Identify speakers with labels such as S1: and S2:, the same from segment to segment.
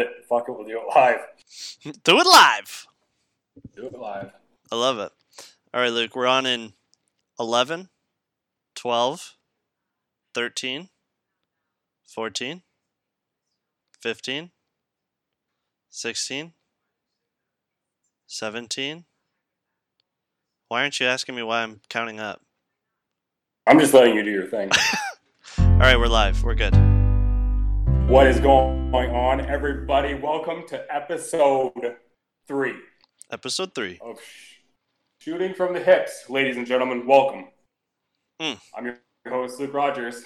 S1: fuck it, we'll do it live.
S2: Do it live.
S1: Do it live.
S2: I love it. All right, Luke, we're on in 11, 12, 13, 14, 15, 16, 17. Why aren't you asking me why I'm counting up?
S1: I'm just letting you do your thing.
S2: All right, we're live. We're good.
S1: what is going on, everybody? Welcome to episode three
S2: Episode 3.
S1: of Sh- Shooting from the Hips, ladies and gentlemen. Welcome.
S2: Mm.
S1: I'm your host, Luke Rogers.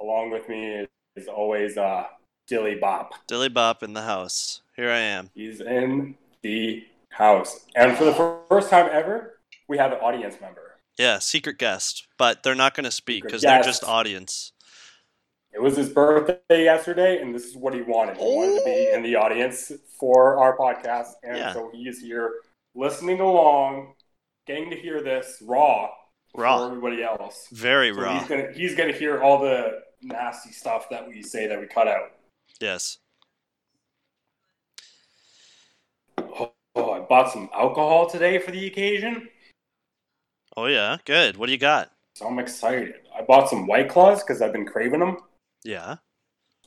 S1: Along with me is always uh, Dilly Bop.
S2: Dilly Bop in the house. Here I am.
S1: He's in the house. And for the fir- first time ever, we have an audience member.
S2: Yeah, secret guest, but they're not going to speak
S1: Secret
S2: because they're just
S1: guest.
S2: audience.
S1: It was his birthday yesterday, and this is what he wanted. He wanted to be in the audience for our podcast, and
S2: Oh. Yeah.
S1: so he is here listening along, getting to hear this raw,
S2: Raw.
S1: for everybody else.
S2: Very
S1: So
S2: raw.
S1: He's gonna he's gonna hear all the nasty stuff that we say that we cut out.
S2: Yes.
S1: Oh, oh, I bought some alcohol today for the occasion,
S2: Oh, yeah. Good. What do you got?
S1: so I'm excited. I bought some White Claws because I've been craving them.
S2: Yeah.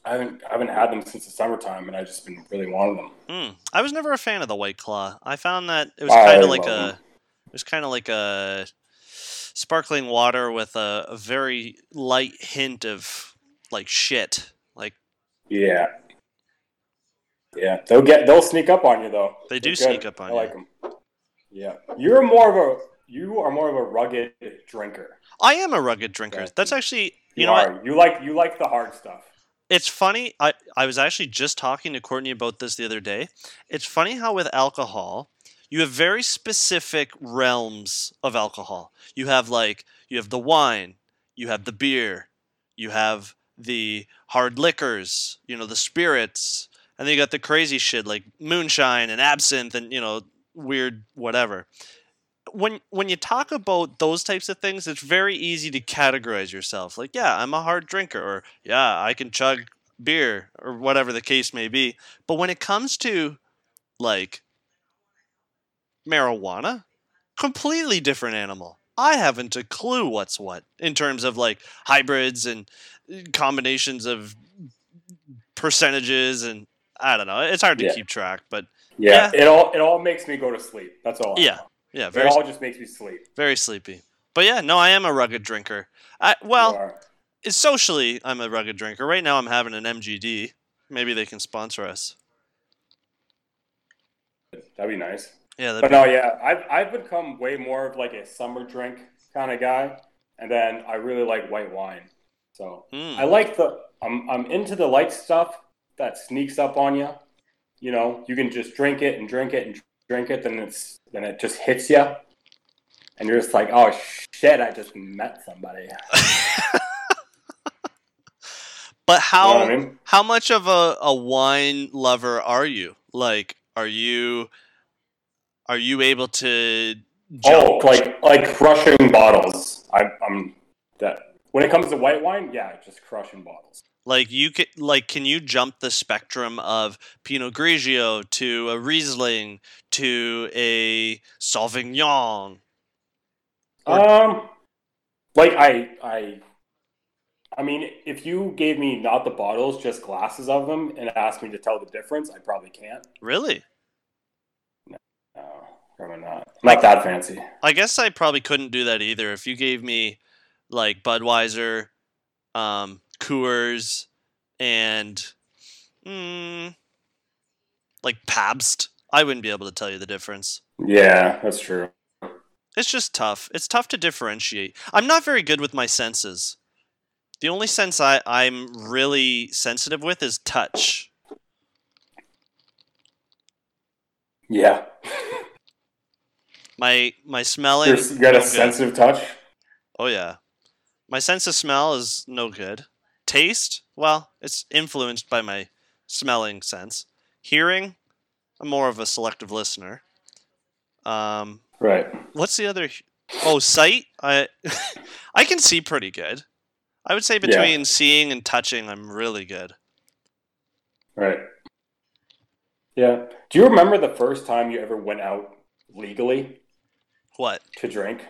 S1: I haven't I haven't had them since the summertime, and I just been really wanting them.
S2: Mm. I was never a fan of the White Claw. I found that it was
S1: I
S2: kind of like
S1: love
S2: a, it was kind of like a sparkling water with a, a very light hint of like shit. Like
S1: Yeah. Yeah, they'll get they'll sneak up on you though.
S2: They do
S1: They're
S2: sneak up on
S1: I like them. Yeah, you're more of a you are more of a rugged drinker.
S2: I am a rugged drinker.
S1: Yeah.
S2: That's actually you,
S1: You,
S2: know what?
S1: are. You like you like the hard stuff.
S2: It's funny. I, I was actually just talking to Courtney about this the other day. It's funny how with alcohol, you have very specific realms of alcohol. You have like you have the wine, you have the beer, you have the hard liquors, you know, the spirits, and then you got the crazy shit like moonshine and absinthe and you know, weird whatever. When when you talk about those types of things, it's very easy to categorize yourself. Like, yeah, I'm a hard drinker or yeah, I can chug beer or whatever the case may be. But when it comes to like marijuana, completely different animal. I haven't a clue what's what in terms of like hybrids and uh, combinations of percentages and I don't know. It's hard to
S1: Yeah.
S2: keep track, but
S1: Yeah. It all it all makes me go to sleep. That's all. I
S2: Yeah,
S1: know.
S2: yeah,
S1: it
S2: very
S1: all just makes me sleep.
S2: very sleepy. But yeah, no, I am a
S1: Mm-hmm.
S2: rugged drinker. I well,
S1: You are.
S2: socially I'm a rugged drinker. Right now I'm having an MGD. Maybe they can sponsor us.
S1: that'd be nice.
S2: Yeah, that'd
S1: But no, yeah, I've I've become way more of like a summer drink kind of guy, and then I really like white wine. So
S2: Mm,
S1: I like the I'm I'm into the light stuff that sneaks up on you. You know, you can just drink it and drink it and drink it, then it's then it just hits you, and you're just like, oh shit, I just met somebody.
S2: but
S1: You
S2: how
S1: know what I mean?
S2: how much of a, a wine lover are you? Like, are you are you able to
S1: Oh,
S2: jump?
S1: like like crushing bottles. I, I'm that when it comes to white wine, yeah, just crushing bottles.
S2: like you can like can you jump the spectrum of Pinot Grigio to a Riesling to a Sauvignon? Or-
S1: Um, like I, I, I mean, if you gave me not the bottles, just glasses of them, and asked me to tell the difference, I probably can't.
S2: Really?
S1: No, probably not. I'm not that fancy.
S2: I guess I probably couldn't do that either. If you gave me like Budweiser, um, Coors, and mm, like Pabst, I wouldn't be able to tell you the difference.
S1: Yeah, that's true.
S2: It's just tough. It's tough to differentiate. I'm not very good with my senses. The only sense I, I'm really sensitive with is touch.
S1: Yeah,
S2: My my smelling.
S1: You're- you got a
S2: no good.
S1: sensitive touch.
S2: Oh yeah. My sense of smell is no good. Taste, well, it's influenced by my smelling sense. Hearing, I'm more of a selective listener. Um,
S1: Right.
S2: what's the other? Oh, sight. I I can see pretty good. I would say
S1: Yeah.
S2: between seeing and touching, I'm really good.
S1: Right. Yeah. Do you remember the first time you ever went out legally
S2: What?
S1: to drink?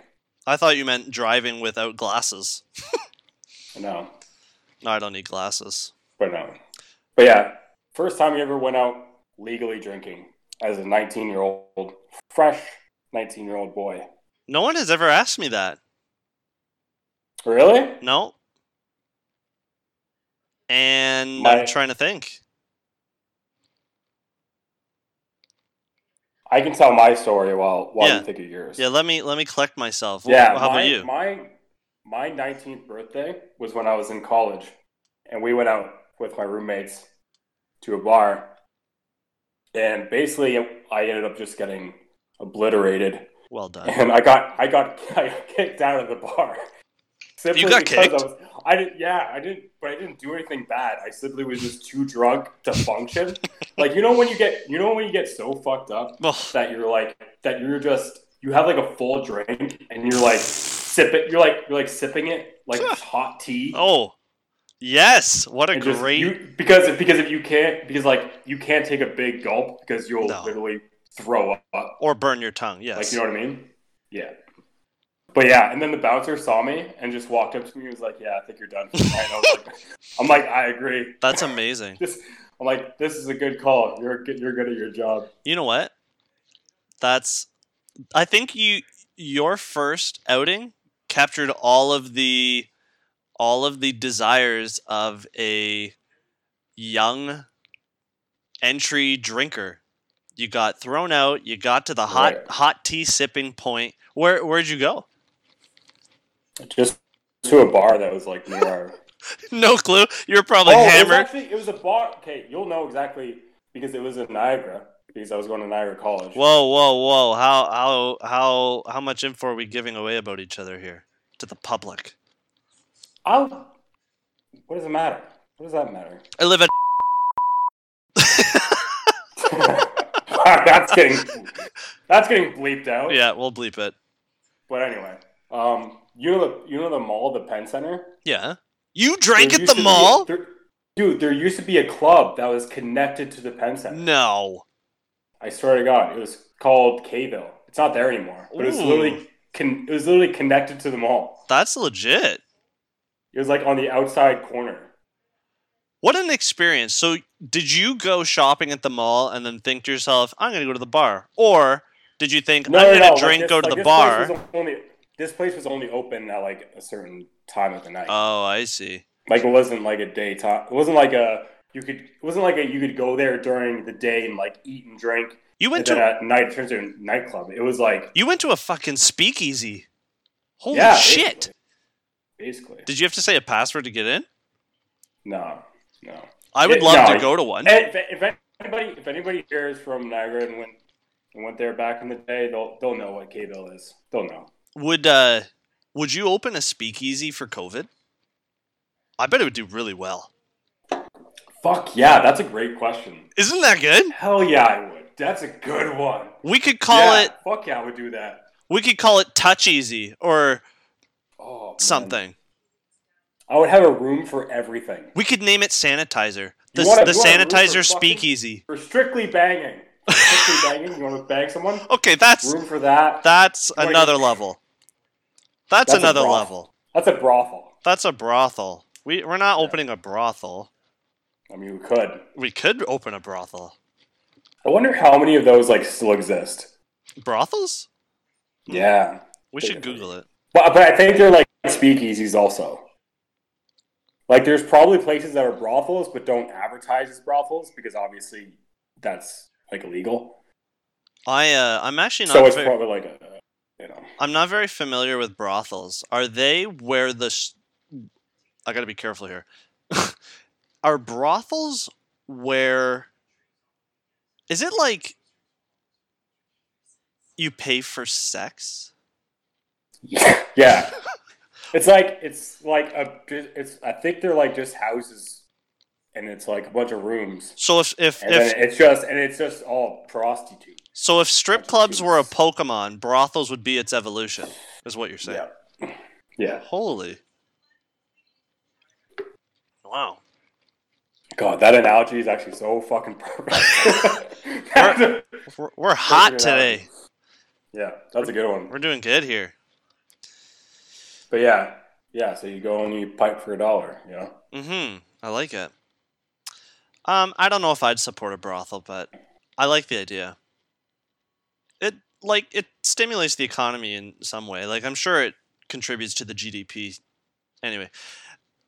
S2: I thought you meant driving without glasses.
S1: No,
S2: No, I don't need glasses.
S1: but no. But yeah, first time you ever went out legally drinking as a 19 year old, fresh 19 year old boy.
S2: No one has ever asked me that.
S1: Really?
S2: No. And
S1: My-
S2: I'm trying to think.
S1: I can tell my story while while
S2: Yeah.
S1: you think of yours.
S2: Yeah, let me let me collect myself. Wh-
S1: Yeah,
S2: How
S1: my,
S2: about you?
S1: My my nineteenth birthday was when I was in college, and we went out with my roommates to a bar, and basically I ended up just getting obliterated,
S2: Well done.
S1: and I got I got I got kicked out of the bar. Simply
S2: got
S1: because
S2: kicked?
S1: I, was, I didn't. Yeah, I didn't. But I didn't do anything bad. I simply was just too drunk to function. like you know when you get you know when you get so fucked up
S2: Well,
S1: that you're like that you're just you have like a full drink and you're like sip it you're like you're like sipping it like it's hot tea
S2: oh, yes! What a
S1: and just-
S2: great.
S1: you, because because if you can't because like you can't take a big gulp because you'll
S2: No.
S1: literally throw up
S2: or burn your tongue.
S1: like
S2: Yes.
S1: you know what I mean yeah but yeah and then the bouncer saw me and just walked up to me and was like yeah I think you're done for tonight." And I was like, I'm like I agree
S2: That's amazing.
S1: this I'm like this is a good call you're good- you're good at your job
S2: You know what? That's. I think you your first outing captured all of the all of the desires of a young entry drinker. You got thrown out. You got to the hot
S1: Right.
S2: hot tea sipping point. Where where'd you go?
S1: just to a bar that was like near our
S2: No clue. You're probably
S1: oh, It was,
S2: hammered.
S1: actually, it was a bar. Okay, you'll know exactly because it was in Niagara because I was going to Niagara College.
S2: Whoa, whoa, whoa! How how how how much info are we giving away about each other here to the public?
S1: I'll, what does it matter? What does that matter?
S2: I live at.
S1: that's getting that's getting bleeped out.
S2: Yeah, we'll bleep it.
S1: But anyway, um, you know the you know the mall, the Penn Center.
S2: Yeah. You drank
S1: There
S2: at
S1: used
S2: the
S1: to be-
S2: mall?
S1: there- dude, there used to be a club that was connected to the Penn Center.
S2: Mm. No.
S1: I swear to God, it was called Kville. It's not there anymore, but it was
S2: Ooh.
S1: literally con- it was literally connected to the mall.
S2: That's legit.
S1: It was like on the outside corner.
S2: What an experience. So, did you go shopping at the mall and then think to yourself, I'm going to go to the bar? Or did you think, I'm going to
S1: like
S2: drink,
S1: this-
S2: go to
S1: like
S2: the
S1: this
S2: bar?
S1: Place was only, this place was only open at like a certain time of the night.
S2: Oh, I see.
S1: like it wasn't like a daytime. It wasn't like a you could. It wasn't like a you could go there during the day and like eat and drink.
S2: You
S1: And
S2: went
S1: then
S2: to
S1: at night it turns into a nightclub. It was like
S2: you went to a fucking speakeasy. Holy
S1: yeah,
S2: shit.
S1: Basically, basically.
S2: Did you have to say a password to get in?
S1: no, no.
S2: I would
S1: Yeah,
S2: love
S1: no,
S2: to
S1: I-
S2: go to one.
S1: And if, if anybody, if anybody here is from Niagara and went and went there back in the day, they'll they'll know what Kville is. They'll know.
S2: Would uh would you open a speakeasy for COVID? I bet it would do really well.
S1: Fuck yeah, that's a great question.
S2: Isn't that good?
S1: Hell yeah, I would. That's a good one.
S2: We could call
S1: Yeah,
S2: it
S1: Fuck yeah, I would do that.
S2: we could call it touch easy or
S1: Oh, man.
S2: something.
S1: I would have a room for everything.
S2: We could name it sanitizer. The,
S1: You wanna-
S2: the
S1: you wanna root for
S2: sanitizer
S1: fucking-
S2: speakeasy.
S1: For strictly banging. For strictly banging. You want to bang someone?
S2: Okay, that's
S1: Room for that.
S2: that's
S1: wanna
S2: another
S1: get-
S2: level. That's,
S1: That's a
S2: another
S1: brothel.
S2: level.
S1: That's a brothel.
S2: That's a brothel. We we're not opening a brothel.
S1: I mean, we could.
S2: We could open a brothel.
S1: I wonder how many of those like still exist.
S2: Brothels?
S1: Yeah,
S2: We should
S1: Definitely.
S2: Google it.
S1: but but I think they're like speakeasies also. Like, there's probably places that are brothels but don't advertise as brothels because obviously that's like illegal.
S2: I uh, I'm actually not.
S1: So it's
S2: very-
S1: probably like a you know.
S2: I'm not very familiar with brothels. Are they where the sh- I got to be careful here. Are brothels where is it like you pay for sex?
S1: Yeah. it's like it's like a it's I think they're like just houses and it's like a bunch of rooms.
S2: So if if,
S1: And
S2: if
S1: then it's just and it's just all prostitutes.
S2: so if strip clubs were a Pokemon, brothels would be its evolution. Is what you're saying?
S1: Yeah. Yeah.
S2: Holy. Wow.
S1: God, that analogy is actually so fucking perfect. That's a-
S2: We're, we're hot
S1: good
S2: today.
S1: yeah, that's a good one.
S2: We're doing good here.
S1: But yeah, yeah. So you go and you pipe for a dollar. You know,
S2: Mm-hmm. I like it. Um, I don't know if I'd support a brothel, but I like the idea. It like it stimulates the economy in some way. Like I'm sure it contributes to the GDP. Anyway,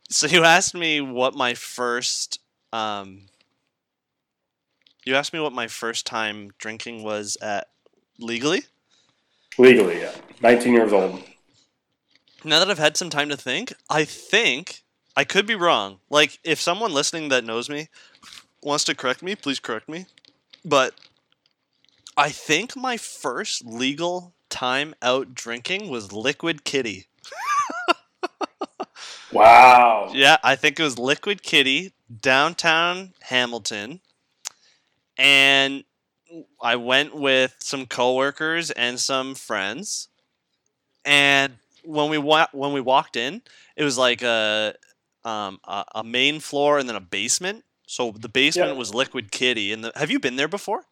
S2: so you asked me what my first um, you asked me what my first time drinking was at legally.
S1: legally, yeah. Nineteen years old.
S2: Now that I've had some time to think, I think I could be wrong. Like, if someone listening that knows me wants to correct me, please correct me. But I think my first legal time out drinking was Liquid Kitty.
S1: Wow.
S2: Yeah, I think it was Liquid Kitty, downtown Hamilton. And I went with some coworkers and some friends. And when we wa- when we walked in, it was like a um, a, a main floor and then a basement. So the basement
S1: Yeah.
S2: was Liquid Kitty. And the, have you been there before?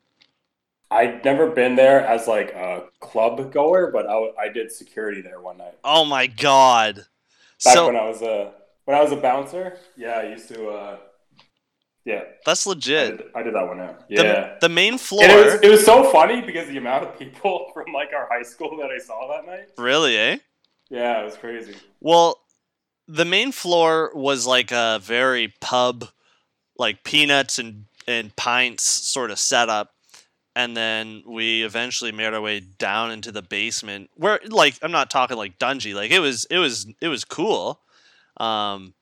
S1: I'd never been there as like a club goer, but I, w- I did security there one night.
S2: Oh my god!
S1: Back
S2: so
S1: when I was a when I was a bouncer, yeah, I used to. Uh, yeah,
S2: that's
S1: I
S2: legit.
S1: did, I did that one out.
S2: The,
S1: Yeah,
S2: the main floor.
S1: and it was it was so funny because the amount of people from like our high school that I saw that night.
S2: really, eh?
S1: Yeah, it was crazy.
S2: Well, the main floor was like a very pub, like peanuts and, and pints sort of setup. And then we eventually made our way down into the basement where like I'm not talking like dungy, like it was it was it was cool. Um,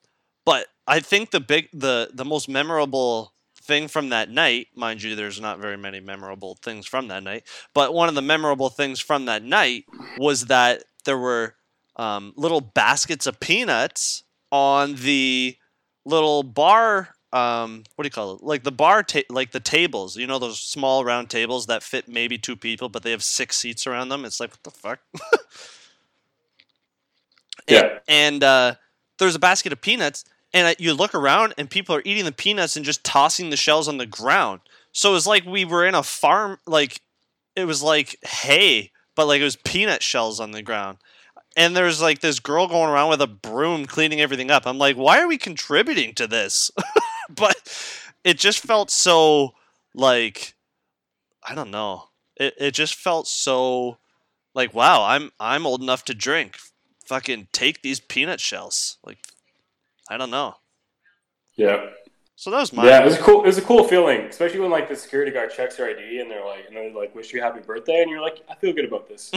S2: but I think the big the the most memorable thing from that night, mind you, there's not very many memorable things from that night, but one of the memorable things from that night was that there were um, little baskets of peanuts on the little bar. Um, what do you call it? Like the bar, ta- like the tables. You know those small round tables that fit maybe two people, but they have six seats around them. It's like what the fuck.
S1: Yeah.
S2: And, and uh, there's a basket of peanuts, and uh, you look around, and people are eating the peanuts and just tossing the shells on the ground. So it's like we were in a farm, like it was like hay, but like it was peanut shells on the ground. And there's like this girl going around with a broom cleaning everything up. I'm like, why are we contributing to this? but it just felt so like I don't know. It it just felt so like wow, I'm I'm old enough to drink. Fucking take these peanut shells. Like I don't know.
S1: Yeah.
S2: So that was my
S1: Yeah, it was a cool. It was a cool feeling, especially when like the security guard checks your ID and they're like, and they're like, "Wish you happy birthday," and you're like, "I feel good about this.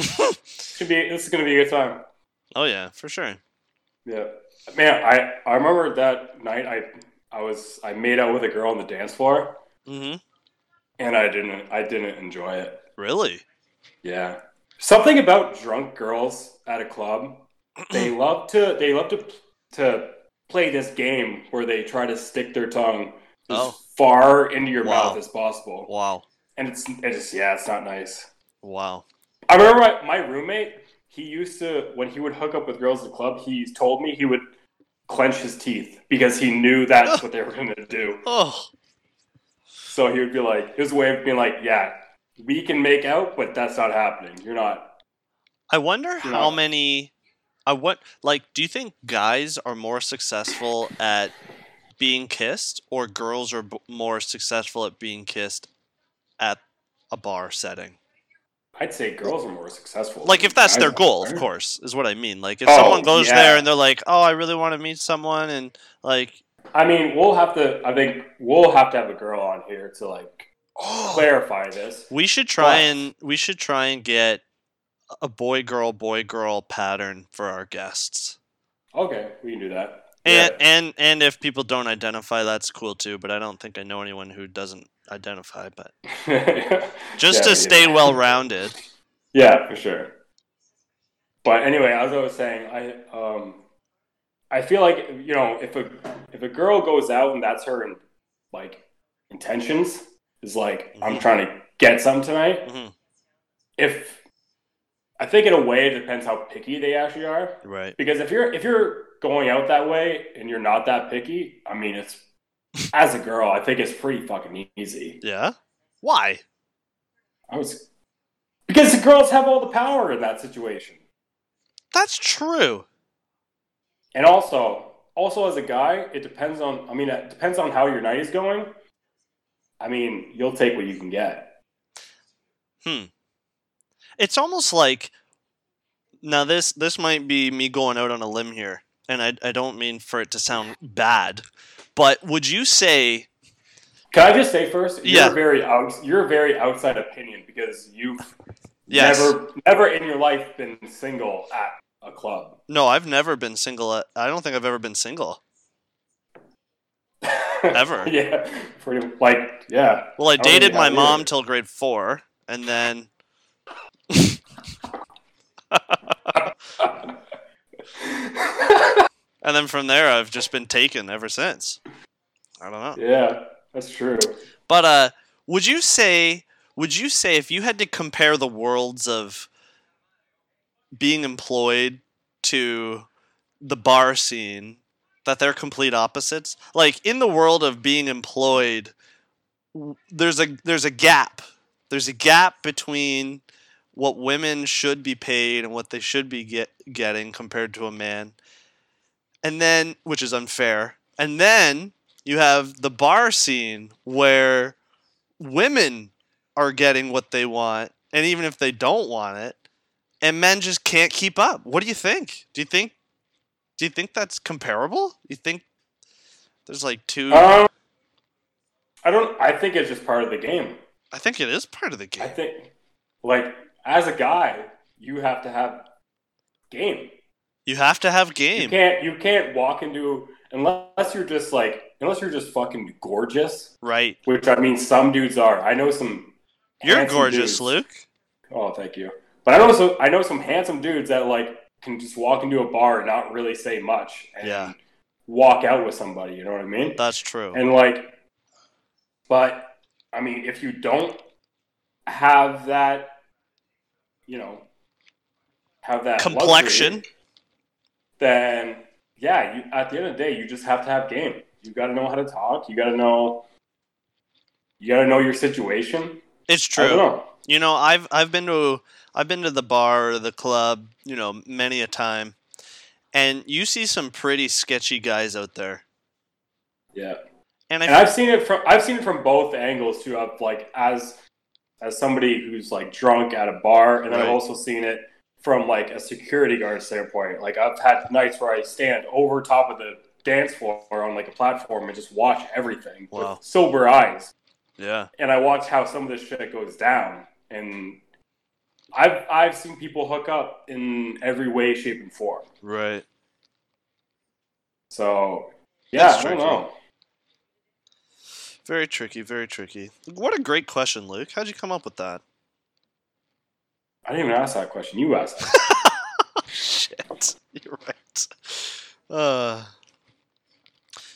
S1: Should be. This is gonna be a good time."
S2: Oh yeah, for sure.
S1: Yeah, man. I I remember that night. I I was I made out with a girl on the dance floor,
S2: Mhm.
S1: and I didn't I didn't enjoy it.
S2: Really?
S1: Yeah, something about drunk girls at a club. They love to they love to to play this game where they try to stick their tongue as
S2: Oh.
S1: far into your
S2: Wow.
S1: mouth as possible.
S2: Wow.
S1: and it's it's yeah, it's not nice.
S2: Wow.
S1: I remember my, my roommate. He used to when he would hook up with girls at the club. He told me he would clench his teeth because he knew that's what they were gonna do.
S2: Oh.
S1: So he would be like, his way of being like, yeah, we can make out, but that's not happening. You're not.
S2: I wonder how
S1: know?
S2: many. I what like? Do you think guys are more successful at being kissed, or girls are b- more successful at being kissed at a bar setting?
S1: I'd say girls are more successful.
S2: Like, if that's their goal, of course, is what I mean. Like, if someone
S1: Oh,
S2: goes there
S1: yeah.
S2: and they're like, "Oh, I really want to meet someone," and like,
S1: I mean, we'll have to. I think we'll have to have a girl on here to like
S2: "Oh,
S1: clarify this.
S2: we should try
S1: Wow.
S2: and we should try and get a boy girl boy girl pattern for our guests."
S1: Okay, we can do that.
S2: And
S1: Yeah.
S2: and and if people don't identify, that's cool too. But I don't think I know anyone who doesn't identify. But just
S1: Yeah,
S2: to
S1: we do.
S2: stay well rounded,
S1: Yeah, for sure. But anyway, as I was saying, I um, I feel like you know if a if a girl goes out and that's her like intentions is like I'm
S2: Mhm.
S1: trying to get some tonight.
S2: Mhm.
S1: If I think in a way it depends how picky they actually are
S2: right?
S1: because if you're if you're going out that way and you're not that picky, I mean it's as a girl, I think it's pretty fucking easy.
S2: Yeah. Why?
S1: I was because the girls have all the power in that situation.
S2: That's true.
S1: And also, also as a guy, it depends on. I mean, it depends on how your night is going. I mean, you'll take what you can get.
S2: Hmm. It's almost like now this this might be me going out on a limb here, and I I don't mean for it to sound bad, but would you say
S1: Can I just say first, you're
S2: Yeah.
S1: very out, you're a very outside opinion because you've
S2: yes?
S1: never, never in your life been single at a club.
S2: No, I've never been single. At, I don't think I've ever been single. Ever.
S1: yeah, pretty like yeah.
S2: Well, I
S1: don't think
S2: dated
S1: I
S2: my
S1: did.
S2: mom till grade four, and then and then from there I've just been taken ever since. I don't know.
S1: yeah, that's true.
S2: But uh, would you say would you say if you had to compare the worlds of being employed to the bar scene that they're complete opposites? Like in the world of being employed, w- there's a there's a gap. There's a gap between what women should be paid and what they should be get, getting compared to a man. And then which is unfair. And then you have the bar scene where women are getting what they want and even if they don't want it and men just can't keep up what do you think do you think do you think that's comparable you think there's like two
S1: Um, I don't. I think it's just part of the game.
S2: i think it is part of the
S1: I
S2: game
S1: think, like, as a guy, you have to have game.
S2: you have to have
S1: You
S2: game
S1: can't. You can't walk into unless you're just like unless you're just fucking gorgeous,
S2: right
S1: which I mean, some dudes are. I know some.
S2: you're
S1: handsome
S2: gorgeous
S1: dudes-
S2: luke
S1: Oh, thank you. But I know so I know some handsome dudes that like can just walk into a bar and not really say much and
S2: Yeah.
S1: walk out with somebody. You know what I mean?
S2: that's true
S1: And like, but I mean, if you don't have that, you know, have that luxury,
S2: complexion
S1: then yeah, you, at the end of the day, you just have to have game. You got to know how to talk. You got to know. You got to know your situation.
S2: it's
S1: I don't
S2: true
S1: know.
S2: You know, I've I've been to I've been to the bar or the club, you know, many a time, and you see some pretty sketchy guys out there.
S1: Yeah,
S2: And I
S1: and I've seen it from I've seen it from both angles too. I've like as as somebody who's like drunk at a bar, and I've
S2: Right.
S1: also seen it from like a security guard standpoint. Like I've had nights where I stand over top of the dance floor on like a platform and just watch everything
S2: Wow.
S1: with sober eyes,
S2: yeah,
S1: and I watch how some of this shit goes down. And I've I've seen people hook up in every way, shape, and form.
S2: right.
S1: So yeah,
S2: That's
S1: I don't
S2: tricky.
S1: know.
S2: Very tricky, very tricky. What a great question, Luke. How'd you come up with that?
S1: I didn't even ask that question. You asked. That.
S2: Shit, you're right. Uh,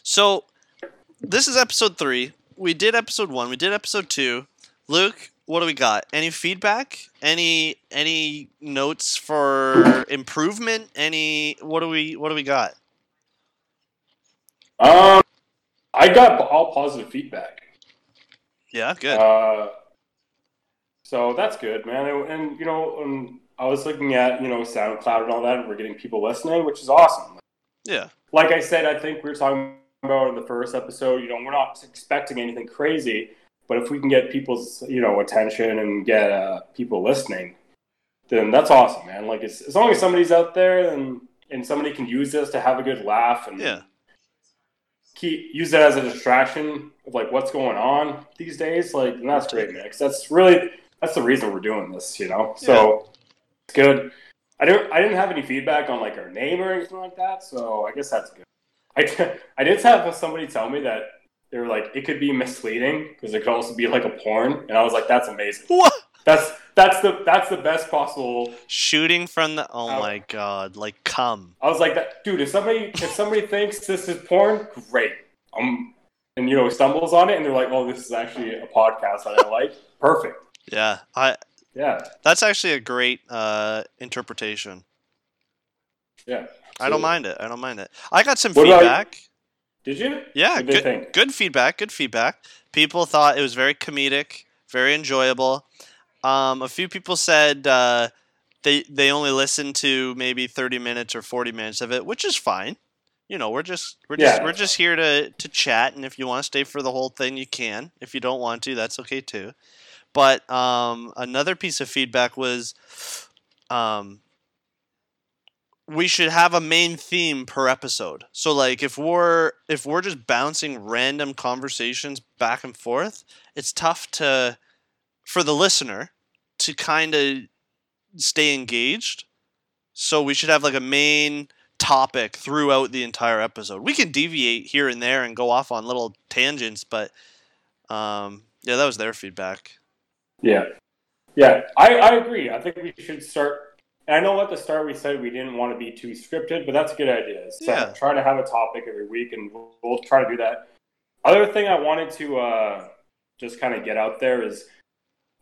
S2: so this is episode three. We did episode one. We did episode two. Luke, what do we got? Any feedback? Any any notes for improvement? Any what do we what do we got?
S1: Um, I got all positive feedback.
S2: Yeah, good.
S1: Uh, so that's good, man. And, and, you know, and I was looking at you know SoundCloud and all that, and we're getting people listening, which is awesome.
S2: yeah,
S1: Like I said, I think we were talking about in the first episode. You know, we're not expecting anything crazy, but if we can get people's you know attention and get uh, people listening, then that's awesome, man. Like it's, as long as somebody's out there and and somebody can use this to have a good laugh and
S2: yeah,
S1: keep use that as a distraction of like what's going on these days. Like, and that's great, man. 'cause that's really that's the reason we're doing this, you know. So it's good. I didn't I didn't have any feedback on like our name or anything like that, so I guess that's good. I I did have somebody tell me that they were like it could be misleading because it could also be like a porn, and I was like, that's amazing.
S2: what?
S1: That's that's the that's the best possible.
S2: Shooting from the oh
S1: Out.
S2: my god, like come.
S1: I was like, that dude. If somebody if somebody thinks this is porn, great. Um, and you know stumbles on it, and they're like, oh, this is actually a podcast that I like. Perfect.
S2: Yeah, I
S1: Yeah,
S2: that's actually a great uh, interpretation.
S1: yeah.
S2: I don't mind it. I don't mind it. I got some
S1: What about-
S2: feedback.
S1: Did you?
S2: Yeah,
S1: What did they
S2: good,
S1: think?
S2: good feedback. Good feedback. People thought it was very comedic, very enjoyable. Um, a few people said uh, they they only listened to maybe thirty minutes or forty minutes of it, which is fine. You know, we're just we're just
S1: Yeah.
S2: we're just here to to chat, and if you want to stay for the whole thing, you can. If you don't want to, that's okay too. But um, another piece of feedback was. Um, we should have a main theme per episode. So like if we're if we're just bouncing random conversations back and forth, it's tough to for the listener to kind of stay engaged. So we should have like a main topic throughout the entire episode. We can deviate here and there and go off on little tangents, but um yeah, that was their feedback.
S1: Yeah. Yeah, I, I agree. I think we should start. And I know at the start we said we didn't want to be too scripted, but that's a good idea. So
S2: Yeah.
S1: try to have a topic every week, and we'll, we'll try to do that. Other thing I wanted to uh, just kind of get out there is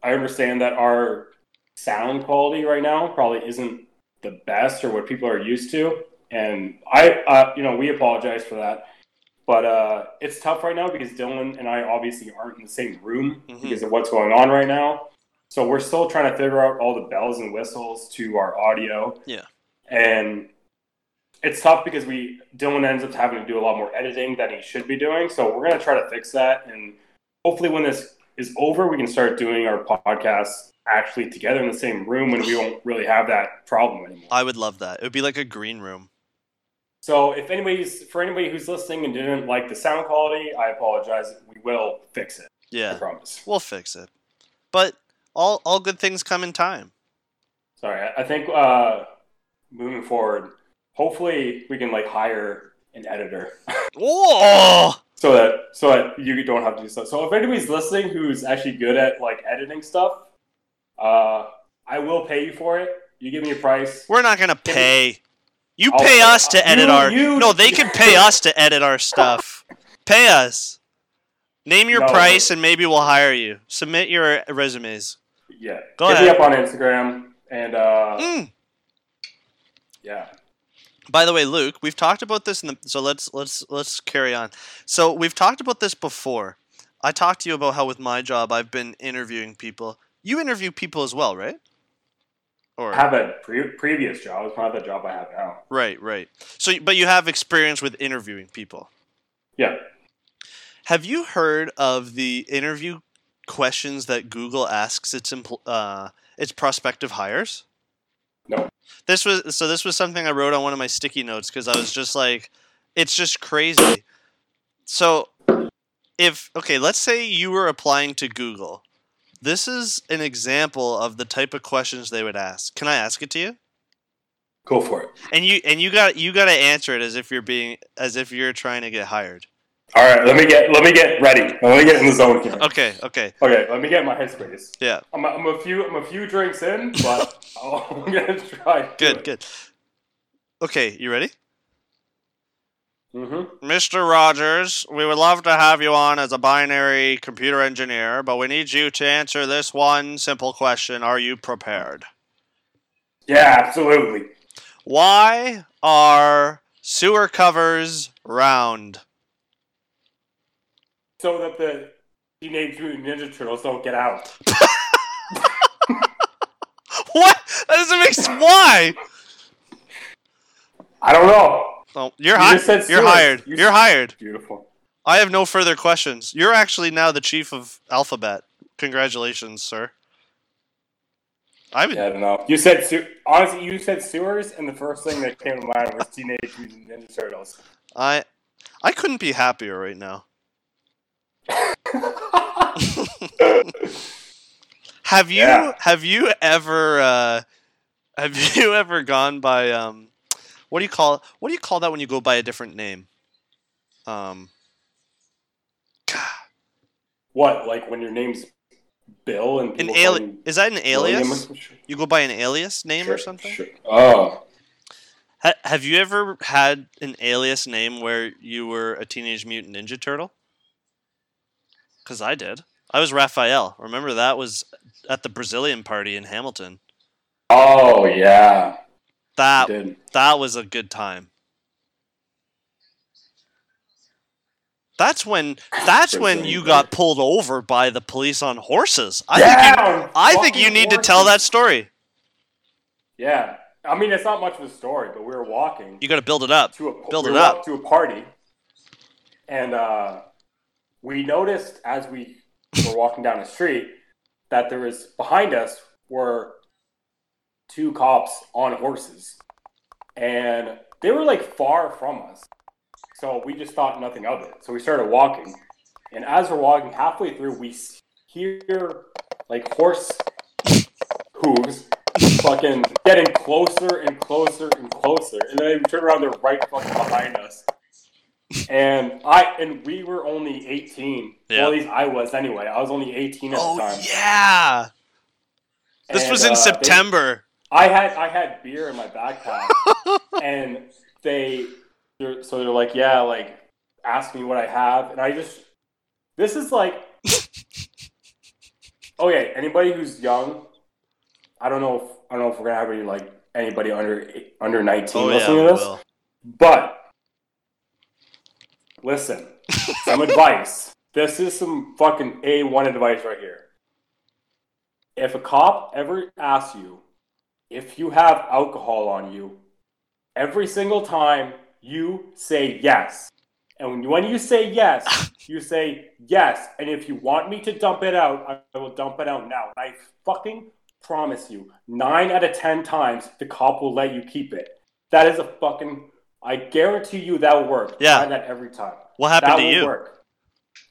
S1: I understand that our sound quality right now probably isn't the best or what people are used to. And I, uh, you know, we apologize for that. But uh, it's tough right now because Dylan and I obviously aren't in the same room
S2: Mhm.
S1: because of what's going on right now. So we're still trying to figure out all the bells and whistles to our audio.
S2: Yeah.
S1: And it's tough because we Dylan ends up having to do a lot more editing than he should be doing. So we're gonna try to fix that, and hopefully, when this is over, we can start doing our podcasts actually together in the same room, and we won't really have that problem anymore.
S2: I would love that. It would be like a green room.
S1: So, if anybody's for anybody who's listening and didn't like the sound quality, I apologize. We will fix it.
S2: Yeah.
S1: I promise.
S2: We'll fix it. But all all good things come in time.
S1: Sorry, I- I think uh, moving forward, hopefully, we can like hire an editor.
S2: Oh,
S1: so that so that you don't have to do stuff. So if anybody's listening who's actually good at like editing stuff, uh, I will pay you for it. You give me a price.
S2: we're not gonna pay. You
S1: I'll
S2: pay
S1: pay-
S2: us to edit
S1: Oh, uh, You-
S2: our.
S1: you-
S2: No, they can pay us to edit our stuff. pay us. Name your
S1: No.
S2: price and maybe we'll hire you. Submit your resumes.
S1: Yeah,
S2: Go
S1: hit me up
S2: ahead.
S1: on Instagram and uh,
S2: Mm.
S1: yeah,
S2: By the way, Luke, we've talked about this in the so let's let's let's carry on. So we've talked about this before. I talked to you about how with my job I've been interviewing people. You interview people as well, right? Or
S1: I have a pre- previous job. It's not the job I have now.
S2: Right, right. So, but you have experience with interviewing people.
S1: Yeah,
S2: Have you heard of the interview questions that Google asks its empl- uh, its prospective hires?
S1: No.
S2: This was so. This was something I wrote on one of my sticky notes because I was just like, it's just crazy. So, if okay, let's say you were applying to Google. This is an example of the type of questions they would ask. Can I ask it to you?
S1: go for it.
S2: And you and you got you got to answer it as if you're being as if you're trying to get hired.
S1: All right, let me get let me get ready. Let me get in the zone here.
S2: Okay, okay.
S1: Okay, let me get my headspace.
S2: Yeah.
S1: I'm a, I'm a few I'm a few drinks in, but I'm gonna try. to do
S2: Good,
S1: it.
S2: good. Okay, you ready?
S1: Mhm.
S2: Mr. Rogers, we would love to have you on as a binary computer engineer, but we need you to answer this one simple question. Are you prepared?
S1: Yeah, absolutely.
S2: Why are sewer covers round?
S1: so that the Teenage Mutant Ninja Turtles don't get out.
S2: What? That doesn't make sense. Why?
S1: I don't know.
S2: Oh, you're,
S1: You
S2: hi-
S1: just said
S2: you're
S1: sewer.
S2: hired.
S1: You-
S2: You're hired.
S1: Beautiful.
S2: I have no further questions. You're actually now the chief of Alphabet. Congratulations, sir. I would,
S1: Yeah, I don't know. You said su- honestly, you said sewers, and the first thing that came to mind was Teenage Mutant Ninja Turtles.
S2: I, I couldn't be happier right now. Have you
S1: Yeah.
S2: have you ever uh, have you ever gone by um, what do you call what do you call that when you go by a different name? Um,
S1: what? Like when your name's Bill and
S2: an
S1: people call
S2: ali-
S1: you
S2: is that an
S1: William
S2: alias?
S1: or- sure,
S2: You go by an alias name or
S1: sure,
S2: something?
S1: sure. Oh,
S2: Ha- have you ever had an alias name where you were a Teenage Mutant Ninja Turtle? Because I did. I was Raphael. Remember that was at the Brazilian party in Hamilton.
S1: oh yeah.
S2: That
S1: you did.
S2: that was a good time. That's when that's when you got pulled over by the police on horses. I think you,
S1: Down!
S2: I think you
S1: Fucking
S2: need to tell
S1: horses.
S2: that story.
S1: Yeah, I mean it's not much of a story, but we were walking
S2: You got to build it up.
S1: to a
S2: build
S1: we
S2: it
S1: were
S2: up.
S1: walking to a party, and uh, we noticed as we were walking down the street that there was behind us were two cops on horses, and they were like far from us, so we just thought nothing of it. So we started walking, and as we're walking halfway through, we s- hear like horse hooves fucking getting closer and closer and closer. And then they turn around, they're right fucking behind us. And I and we were only eighteen.
S2: Yeah.
S1: Well, at least I was anyway. I was only eighteen at the
S2: Oh
S1: time.
S2: yeah. This
S1: And,
S2: was in
S1: uh, they-
S2: September.
S1: I had I had beer in my backpack, and they they're, so they're like, yeah, like ask me what I have, and I just this is like, okay, anybody who's young, I don't know, if, I don't know if we're gonna have any like anybody under under nineteen
S2: oh yeah.
S1: listening
S2: we
S1: to this,
S2: will.
S1: but listen, some advice. This is some fucking A1 advice right here. If a cop ever asks you if you have alcohol on you, every single time you say yes. And when- when you say yes, you say yes. And if you want me to dump it out, I- I will dump it out now. I fucking promise you, nine out of 10 times, the cop will let you keep it. That is a fucking. I guarantee you that will work.
S2: Yeah.
S1: Try that every time.
S2: What happened
S1: that
S2: to
S1: will
S2: you?
S1: work.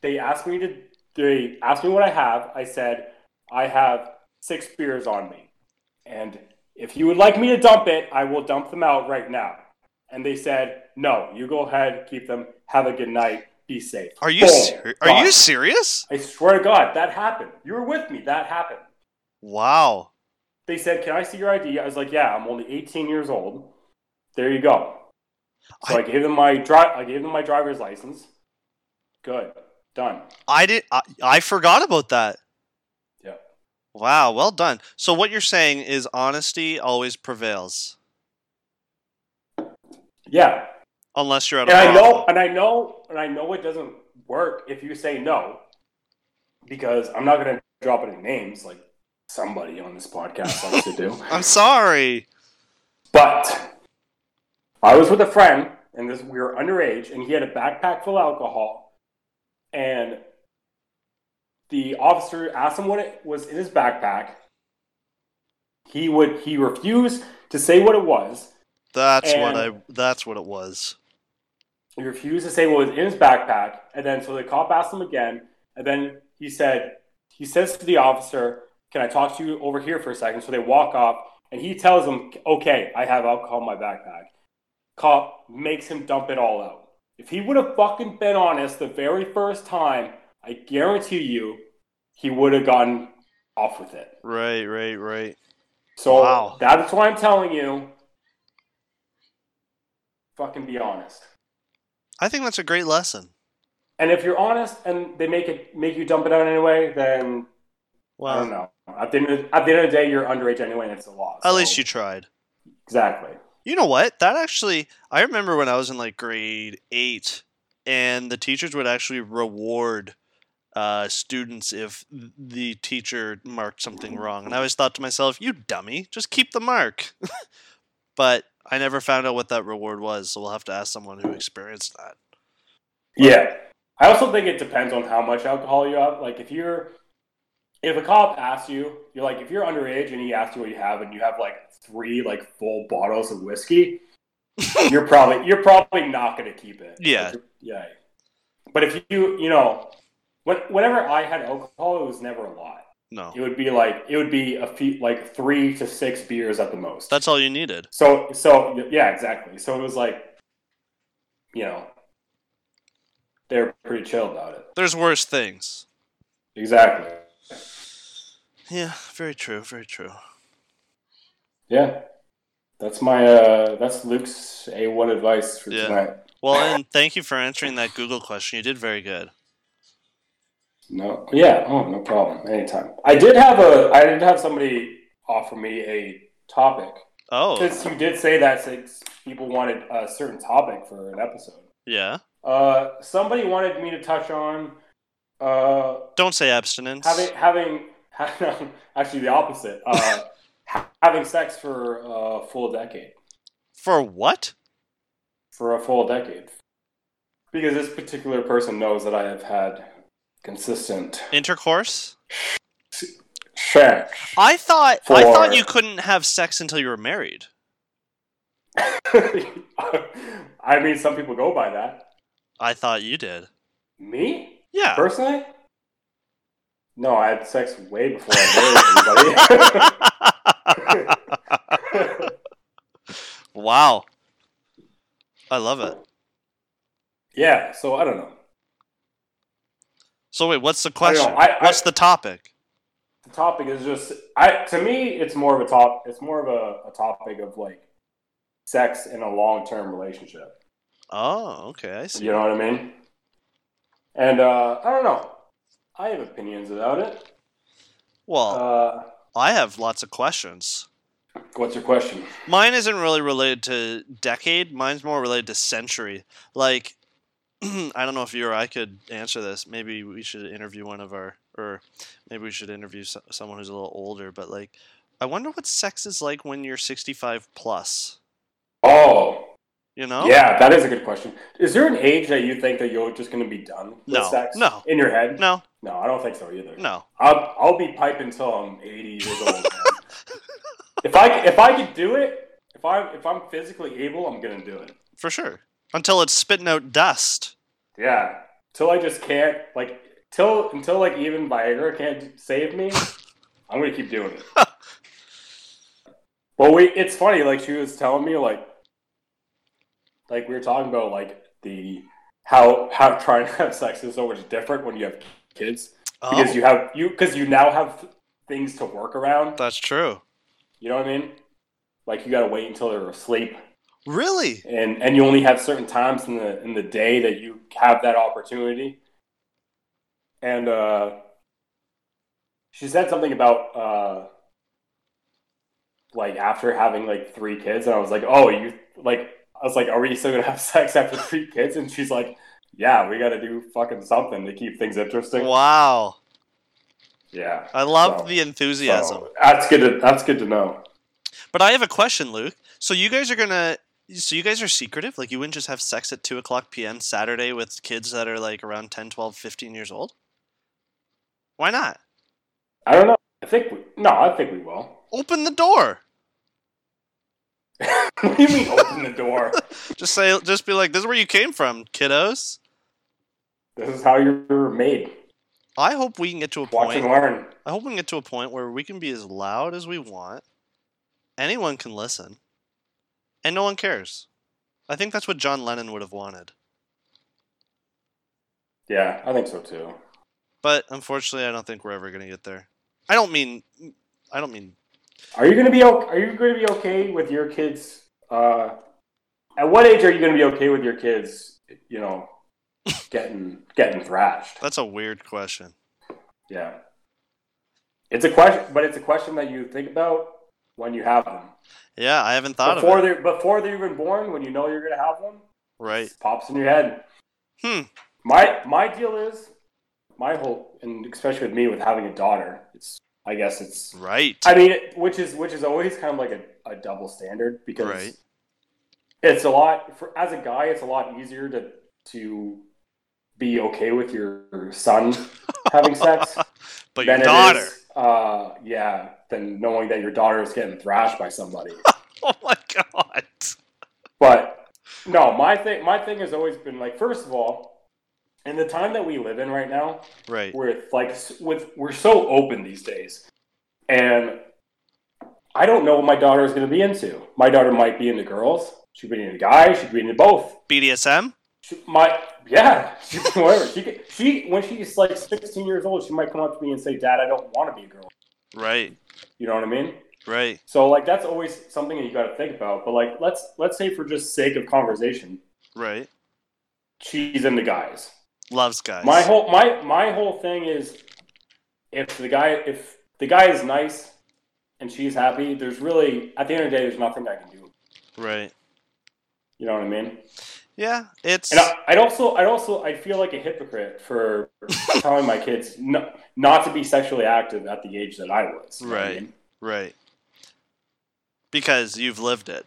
S1: They asked me to. They asked me what I have. I said I have six beers on me, and if you would like me to dump it, I will dump them out right now. And they said, "No, you go ahead, keep them. Have a good night. Be safe."
S2: Are you
S1: Boom.
S2: ser- are
S1: Gone.
S2: you serious?
S1: I swear to God, that happened. You were with me. That happened.
S2: Wow.
S1: They said, "Can I see your ID?" I was like, "Yeah, I'm only 18 years old." There you go. So I,
S2: I-
S1: gave them my dri- I gave them my driver's license. Good, done.
S2: I did I, I forgot about that.
S1: Yeah.
S2: Wow, well done. So what you're saying is honesty always prevails
S1: Yeah,
S2: unless you're at
S1: and
S2: a
S1: I know,
S2: brothel.
S1: and I know, and I know it doesn't work if you say no, because I'm not going to drop any names like somebody on this podcast likes to do.
S2: I'm sorry.
S1: But I was with a friend, and this we were underage, and he had a backpack full of alcohol, and the officer asked him what it was in his backpack. He would he refused to say what it was.
S2: That's what I
S1: And-
S2: that's what it was.
S1: He refused to say what was in his backpack, and then so the cop asked him again, and then he said he says to the officer, "Can I talk to you over here for a second? So they walk off, and he tells him, "Okay, I have alcohol in my backpack." Cop makes him dump it all out. If he would have fucking been honest the very first time, I guarantee you, he would have gotten off with it.
S2: Right, right, right.
S1: So
S2: Wow.
S1: that's why I'm telling you, fucking be honest.
S2: I think that's a great lesson.
S1: And if you're honest and they make it make you dump it out anyway, then I don't
S2: Well,
S1: know. At the, end of, at the end of the day, you're underage anyway, and it's a law.
S2: at
S1: so-
S2: least you tried.
S1: exactly.
S2: You know what? That actually, I remember when I was in like grade eight, and the teachers would actually reward uh, students if the teacher marked something wrong. And I always thought to myself, you dummy, just keep the mark. but I never found out what that reward was, so we'll have to ask someone who experienced that.
S1: Yeah. I also think it depends on how much alcohol you have. Like if you're, if a cop asks you, you're like, if you're underage and he asks you what you have, and you have like three like full bottles of whiskey, you're probably you're probably not gonna keep it.
S2: Yeah.
S1: Like, yeah. But if you you know, when, whenever I had alcohol, it was never a lot.
S2: No,
S1: It would be like it would be a few like three to six beers at the most.
S2: that's all you needed.
S1: so so yeah, exactly. So it was like, you know, they're pretty chill about it.
S2: There's worse things.
S1: Exactly.
S2: Yeah, very true, very true.
S1: Yeah, that's my uh, that's Luke's a one advice for
S2: Yeah.
S1: tonight.
S2: Well, and thank you for answering that Google question. You did very good.
S1: No, yeah, oh, no problem. Anytime. I did have a, I did have somebody offer me a topic
S2: Oh,
S1: since you did say that six people wanted a certain topic for an episode.
S2: yeah.
S1: Uh, somebody wanted me to touch on uh,
S2: Don't say abstinence.
S1: having having ha- actually the opposite. Uh, ha- having sex for a full decade.
S2: For what?
S1: for a full decade. Because this particular person knows that I have had consistent
S2: Intercourse?
S1: sex.
S2: I thought I
S1: For-
S2: thought you couldn't have sex until you were married.
S1: I mean, some people go by that.
S2: I thought you did.
S1: Me?
S2: Yeah.
S1: Personally? No, I had sex way before I married anybody.
S2: wow. I love it.
S1: yeah, so I don't know.
S2: So wait, what's the question?
S1: I- I-
S2: what's the topic?
S1: The topic is just I to me it's more of a top it's more of a, a topic of like sex in a long term relationship.
S2: Oh, okay, I see.
S1: You know what I mean? And uh, I don't know. I have opinions about it.
S2: Well,
S1: Uh,
S2: I have lots of questions.
S1: what's your question?
S2: Mine isn't really related to decade. Mine's more related to century. Like, I don't know if you or I could answer this. Maybe we should interview one of our, or maybe we should interview so- someone who's a little older. But like, I wonder what sex is like when you're 65 plus.
S1: Oh,
S2: You know?
S1: yeah, that is a good question. Is there an age that you think that you're just going to be done with
S2: No,
S1: sex?
S2: no.
S1: In your head?
S2: No,
S1: No, I don't think so either.
S2: no.
S1: I'll, I'll be piping until I'm 80 years old. man. if I c- if I could do it, if I if I'm physically able, I'm gonna do it.
S2: For sure. Until it's spitting out dust.
S1: Yeah. Till I just can't like till until like even Viagra can't save me, I'm gonna keep doing it. well we it's funny, like she was telling me like like we were talking about like the how how trying to have sex is so much different when you have kids.
S2: Oh,
S1: Because you have you because you now have things to work around.
S2: that's true.
S1: You know what I mean? Like you gotta wait until they're asleep
S2: Really?
S1: and and you only have certain times in the in the day that you have that opportunity. And uh, she said something about uh, like after having like three kids, and I was like, "Oh, you like?" I was like, "Are we still gonna have sex after three kids?" And she's like, "Yeah, we got to do fucking something to keep things interesting."
S2: Wow.
S1: Yeah,
S2: I love
S1: So-
S2: the enthusiasm.
S1: So, that's good. To, that's good to know.
S2: But I have a question, Luke. So you guys are gonna. So you guys are secretive? Like you wouldn't just have sex at 2 o'clock p.m. Saturday with kids that are like around 10, 12, 15 years old? Why not?
S1: I don't know. I think we, no. I think we will.
S2: Open the door.
S1: what do you mean open the door?
S2: Just say, just be like, this is where you came from, kiddos.
S1: This is how you're made.
S2: I hope we can get to a
S1: Watch
S2: point.
S1: and learn.
S2: I hope we can get to a point where we can be as loud as we want. Anyone can listen. And no one cares. I think that's what John Lennon would have wanted.
S1: Yeah, I think so too.
S2: But unfortunately, I don't think we're ever going to get there. I don't mean I don't mean
S1: Are you gonna be okay? Are you gonna be okay with your kids? Uh, at what age are you gonna be okay with your kids? You know, getting getting thrashed.
S2: that's a weird question.
S1: Yeah, it's a question, but it's a question that you think about when you have them
S2: Yeah, I haven't thought
S1: before
S2: of it.
S1: they're before they're even born. When you know you're gonna have one,
S2: Right.
S1: just pops in your head.
S2: Hmm.
S1: My my deal is my whole, and especially with me with having a daughter, it's I guess it's
S2: Right.
S1: I mean, which is which is always kind of like a, a double standard because
S2: Right.
S1: it's a lot for as a guy, it's a lot easier to to be okay with your son having sex
S2: But your
S1: than it
S2: daughter.
S1: is, uh, yeah, than knowing that your daughter is getting thrashed by somebody.
S2: Oh my god.
S1: but no, my thing my thing has always been like first of all, in the time that we live in right now,
S2: Right.
S1: with like s- with we're so open these days and i don't know what my daughter is going to be into my daughter might be into girls she could be into guys she could be into both
S2: BDSM?
S1: she, my yeah she, whatever she could, she when she's like 16 years old she might come up to me and say dad i don't want to be a girl
S2: Right.
S1: you know what i mean
S2: Right.
S1: so like that's always something that you got to think about but like let's let's say for just sake of conversation
S2: Right.
S1: she's into guys
S2: Loves guys.
S1: My whole my my whole thing is if the guy if the guy is nice and she's happy, there's really at the end of the day there's nothing I can do.
S2: right.
S1: You know what I mean?
S2: Yeah, it's
S1: And I, I'd also, I'd also, I'd feel like a hypocrite for telling my kids no, not to be sexually active at the age that I was. you know what I
S2: Right.
S1: mean?
S2: right because you've lived it.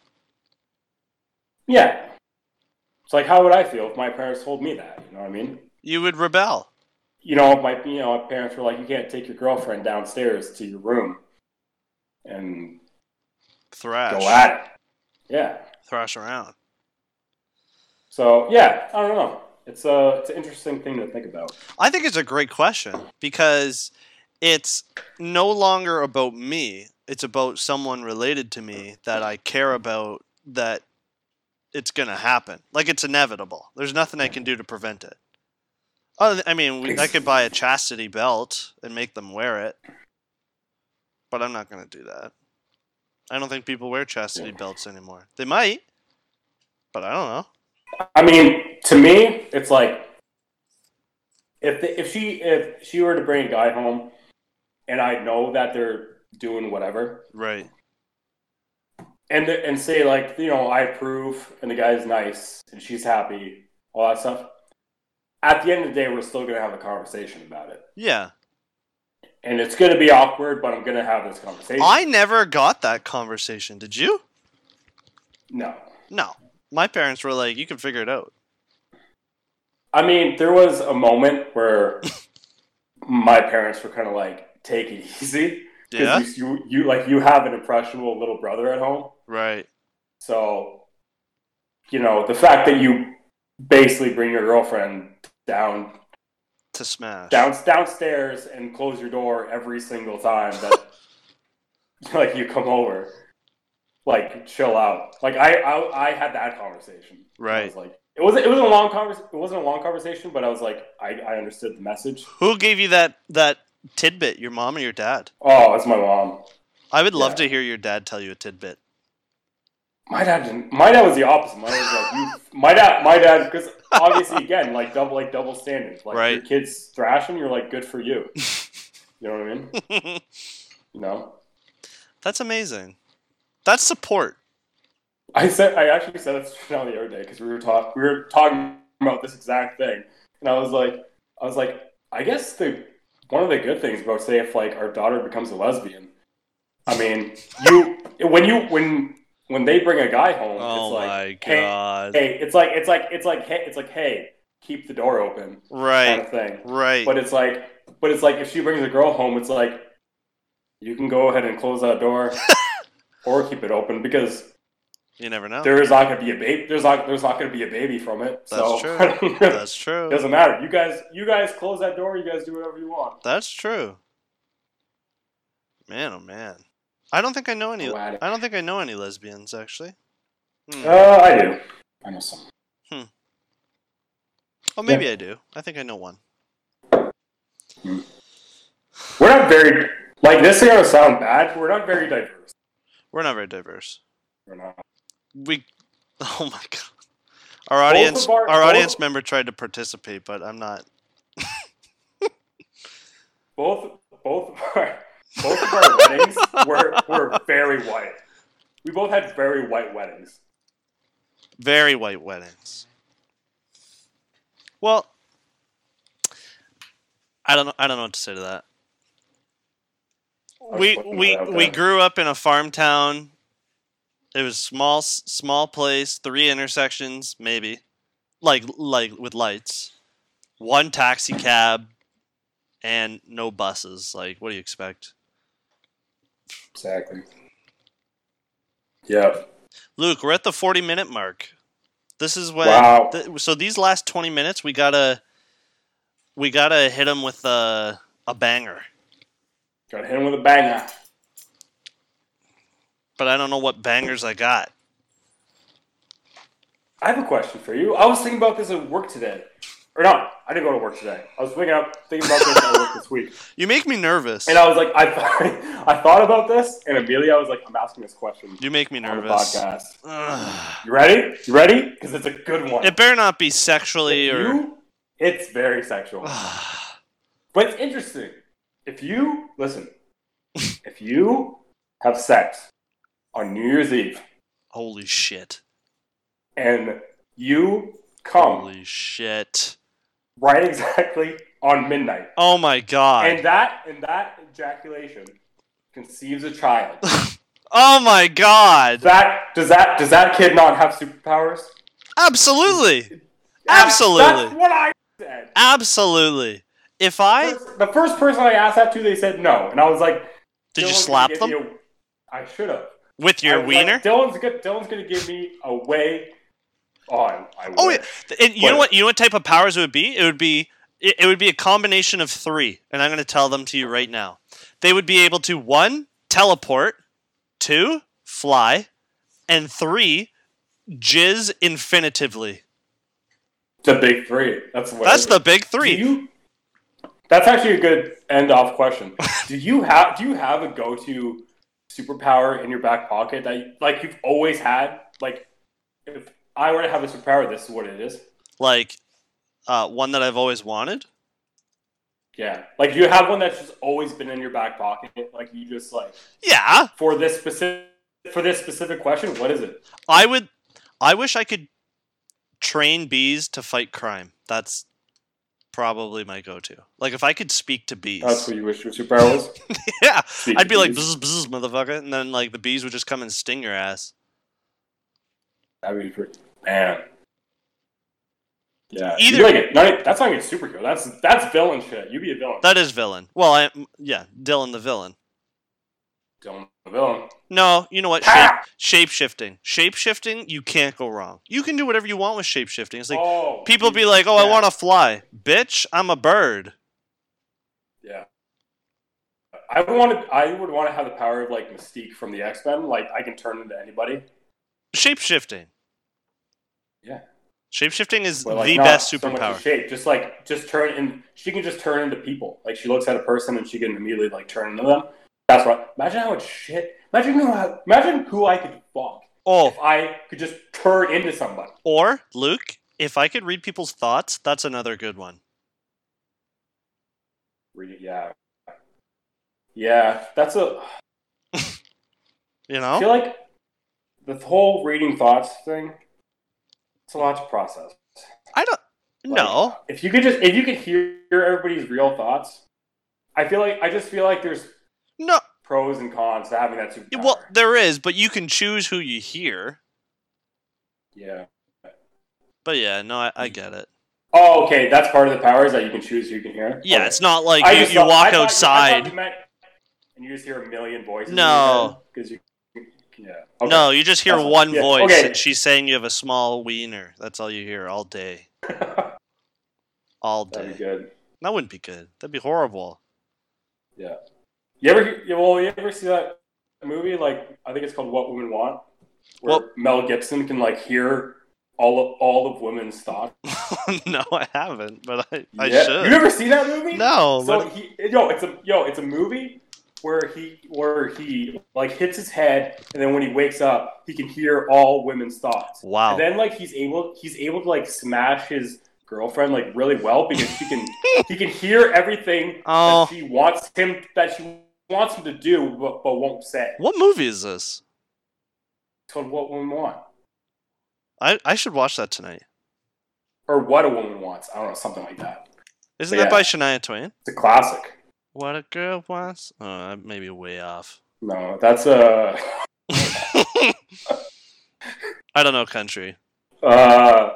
S1: Yeah. It's like, how would I feel if my parents told me that? You know what I mean?
S2: You would rebel.
S1: You know, if my, you know, my parents were like, you can't take your girlfriend downstairs to your room and
S2: thrash,
S1: go at it. Yeah.
S2: thrash around.
S1: So yeah, I don't know. It's a, it's an interesting thing to think about.
S2: I think it's a great question because it's no longer about me. It's about someone related to me that I care about that it's going to happen. Like it's inevitable. There's nothing I can do to prevent it. Other than- I mean, we, I could buy a chastity belt and make them wear it, but I'm not going to do that. I don't think people wear chastity belts anymore. They might, but I don't know.
S1: I mean, to me, it's like if the, if she if she were to bring a guy home, and I know that they're doing whatever,
S2: Right.
S1: and the, and say like you know I approve, and the guy's nice, and she's happy, all that stuff. At the end of the day, we're still gonna have a conversation about it,
S2: Yeah.
S1: and it's gonna be awkward, but I'm gonna have this conversation.
S2: I never got that conversation. Did you?
S1: no,
S2: No. My parents were like, "You can figure it out."
S1: I mean, there was a moment where my parents were kind of like, "Take it easy."
S2: Yeah.
S1: Because you, you, you like you have an impressionable little brother at home,
S2: Right.
S1: so you know the fact that you basically bring your girlfriend down,
S2: To smash.
S1: down downstairs and close your door every single time that like you come over, like chill out. Like I, I, I had that conversation. I
S2: Right.
S1: was like, it wasn't, it wasn't a long convers, it wasn't a long conversation, but I was like, I, I understood the message.
S2: Who gave you that that tidbit? Your mom or your dad?
S1: Oh, it's my mom.
S2: I would love
S1: Yeah.
S2: to hear your dad tell you a tidbit.
S1: My dad didn't. My dad was the opposite. My dad was like, you, my dad, my dad, because obviously, again, like double, like double standards. Like your
S2: Right.
S1: kids thrashing, you're like, good for you. You know what I mean? You know,
S2: That's amazing. That's support.
S1: I said, I actually said this now the other day because we were talk, we were talking about this exact thing, and I was like, I was like, I guess the one of the good things about say if like our daughter becomes a lesbian, I mean, you when you when when they bring a guy home,
S2: Oh
S1: it's like,
S2: my
S1: hey,
S2: god.
S1: hey, it's like it's like it's like hey, it's like hey, keep the door open kind
S2: Right.
S1: of thing.
S2: Right.
S1: But it's like, but it's like if she brings a girl home, it's like you can go ahead and close that door or keep it open because
S2: You never know.
S1: there is not going to be a baby. There's not there's not going to be a baby from it. so
S2: That's true.
S1: I don't really-
S2: That's true.
S1: doesn't matter. You guys, you guys close that door. You guys do whatever you want.
S2: That's true. Man, oh man. I don't think I know any.
S1: Glad
S2: I
S1: it-
S2: don't think I know any lesbians actually. Hmm.
S1: Uh, I do. I know some.
S2: Oh, maybe I do. I think I know one.
S1: We're not very like this. Is gonna sound bad. We're not very diverse.
S2: We're not very diverse.
S1: We're not.
S2: We, oh my god, our audience,
S1: of our-
S2: our
S1: both-
S2: audience member tried to participate, but I'm not.
S1: both both of our both of our weddings were were very white. We both had very white weddings.
S2: Very white weddings. Well, I don't know. I don't know what to say to that.
S1: was
S2: We
S1: looking
S2: we
S1: around
S2: we
S1: there.
S2: grew up in a farm town. It was small s- small place, three intersections maybe, like like with lights, one taxi cab, and no buses. Like what do you expect?
S1: Exactly. Yeah.
S2: Luke, we're at the 40 minute mark. This is when
S1: Wow.
S2: th- so these last 20 minutes we got to we got to hit them with a a banger.
S1: Gotta hit him with a banger.
S2: But I don't know what bangers I got.
S1: I have a question for you. I was thinking about this at work today. Or no, I didn't go to work today. I was waking up thinking about this at work this week.
S2: You make me nervous.
S1: And I was like, I, I thought about this, and immediately I was like, I'm asking this question
S2: you make me
S1: on the
S2: nervous.
S1: podcast.
S2: Ugh.
S1: You ready? You ready? Because it's a good one.
S2: It better not be sexually or
S1: you, it's very sexual.
S2: Ugh.
S1: But it's interesting. If you listen, if you have sex on New Year's Eve
S2: holy shit.
S1: and you come
S2: Holy shit.
S1: right exactly on midnight.
S2: Oh my god.
S1: And that and that ejaculation conceives a child.
S2: oh my god.
S1: that does that does that kid not have superpowers?
S2: Absolutely.
S1: That's- That's
S2: Absolutely.
S1: what I said.
S2: Absolutely. If I
S1: First- the first person I asked that to, they said no, and I was like,
S2: did you
S1: "Dylan's
S2: slap
S1: gonna give
S2: them
S1: me a- I should have.
S2: with your wiener?
S1: Dylan's good. Dylan's gonna give me a way on. I
S2: Oh,
S1: wish.
S2: yeah. And you
S1: But-
S2: know what? You know what type of powers it would be? It would be it, it would be a combination of three, and I'm going to tell them to you right now. They would be able to one teleport, two fly, and three jizz infinitively.
S1: the big three. That's what.
S2: That's
S1: it is.
S2: the big
S1: Do
S2: three.
S1: you? That's actually a good end off question. do you have Do you have a go to superpower in your back pocket that you, like you've always had? Like, if I were to have a superpower, this is what it is.
S2: Like uh, one that I've always wanted.
S1: Yeah, like do you have one that's just always been in your back pocket. Like you just like
S2: Yeah,
S1: for this specific for this specific question, what is it?
S2: I would. I wish I could train bees to fight crime. That's probably my go-to. Like if I could speak to bees.
S1: That's what you wish your superpower was.
S2: yeah.
S1: Speak
S2: I'd be like,
S1: to bees.
S2: bzz, bzz, motherfucker, and then like the bees would just come and sting your ass.
S1: That'd be pretty. Man. Yeah.
S2: Either-
S1: Either like a, not, e, that's not even superhero. That's that's villain shit. You'd be a villain.
S2: That is villain. Well, I yeah, Dylan the villain.
S1: Don't be a villain.
S2: No, you know what? Shape,
S1: Ah!
S2: shape shifting. Shape shifting, you can't go wrong. You can do whatever you want with shape shifting. It's like
S1: oh,
S2: people be like, "Oh, I
S1: yeah,
S2: want to fly." Bitch, I'm a bird.
S1: Yeah. I would want to. I would want to have the power of like Mystique from the X Men. Like I can turn into anybody.
S2: Shape shifting.
S1: Yeah.
S2: Shape shifting is
S1: But, like,
S2: the
S1: not
S2: best
S1: so much
S2: superpower.
S1: the shape, just like just turn and she can just turn into people. Like she looks at a person and she can immediately like turn into them. That's right. Imagine how much shit. Imagine who. I- Imagine who I could fuck
S2: oh,
S1: if I could just turn into somebody.
S2: or Luke, if I could read people's thoughts, that's another good one.
S1: Read it, Yeah. Yeah, that's a.
S2: You
S1: I
S2: know?
S1: feel like the whole reading thoughts thing. It's a lot to process.
S2: I don't
S1: Like,
S2: No.
S1: If you could just, if you could hear everybody's real thoughts, I feel like I just feel like there's
S2: No,
S1: pros and cons to having that
S2: Yeah,
S1: superpower.
S2: Well, there is, but you can choose who you hear.
S1: yeah.
S2: But yeah, no, I, I get it.
S1: Oh, okay. That's part of the power is that you can choose who you can hear.
S2: Yeah,
S1: Okay.
S2: it's not like
S1: I
S2: you,
S1: just
S2: you
S1: thought- I
S2: walk
S1: thought- I thought
S2: outside.
S1: you meant- and you just hear a million voices.
S2: No.
S1: because you. Yeah. Okay.
S2: No, you just hear
S1: That's-
S2: one
S1: yeah,
S2: voice,
S1: okay.
S2: and she's saying you have a small wiener. That's all you hear all day, all
S1: That'd be
S2: day.
S1: good.
S2: That wouldn't be good. That'd be horrible.
S1: You ever hear- you, well, you ever see that movie? Like I think it's called What Women Want, where
S2: Well-
S1: Mel Gibson can like hear all of, all of women's thoughts.
S2: no, I haven't, but I, I
S1: Yeah. You
S2: should.
S1: ever see that movie?
S2: No,
S1: So
S2: but
S1: he, yo, it's a yo, it's a movie where he where he like hits his head, and then when he wakes up, he can hear all women's thoughts.
S2: wow.
S1: And then like he's able he's able to like smash his girlfriend like really well because she can he can hear everything
S2: Oh.
S1: that she wants him that she wants him to do but, but won't say.
S2: What movie is this?
S1: It's called what women want.
S2: I, I should watch that tonight.
S1: Or what a woman wants. I don't know, something like that.
S2: Isn't
S1: Yeah.
S2: that by Shania Twain?
S1: It's a classic.
S2: What a girl wants. Oh, I may be way off.
S1: No, that's a
S2: I don't know country.
S1: uh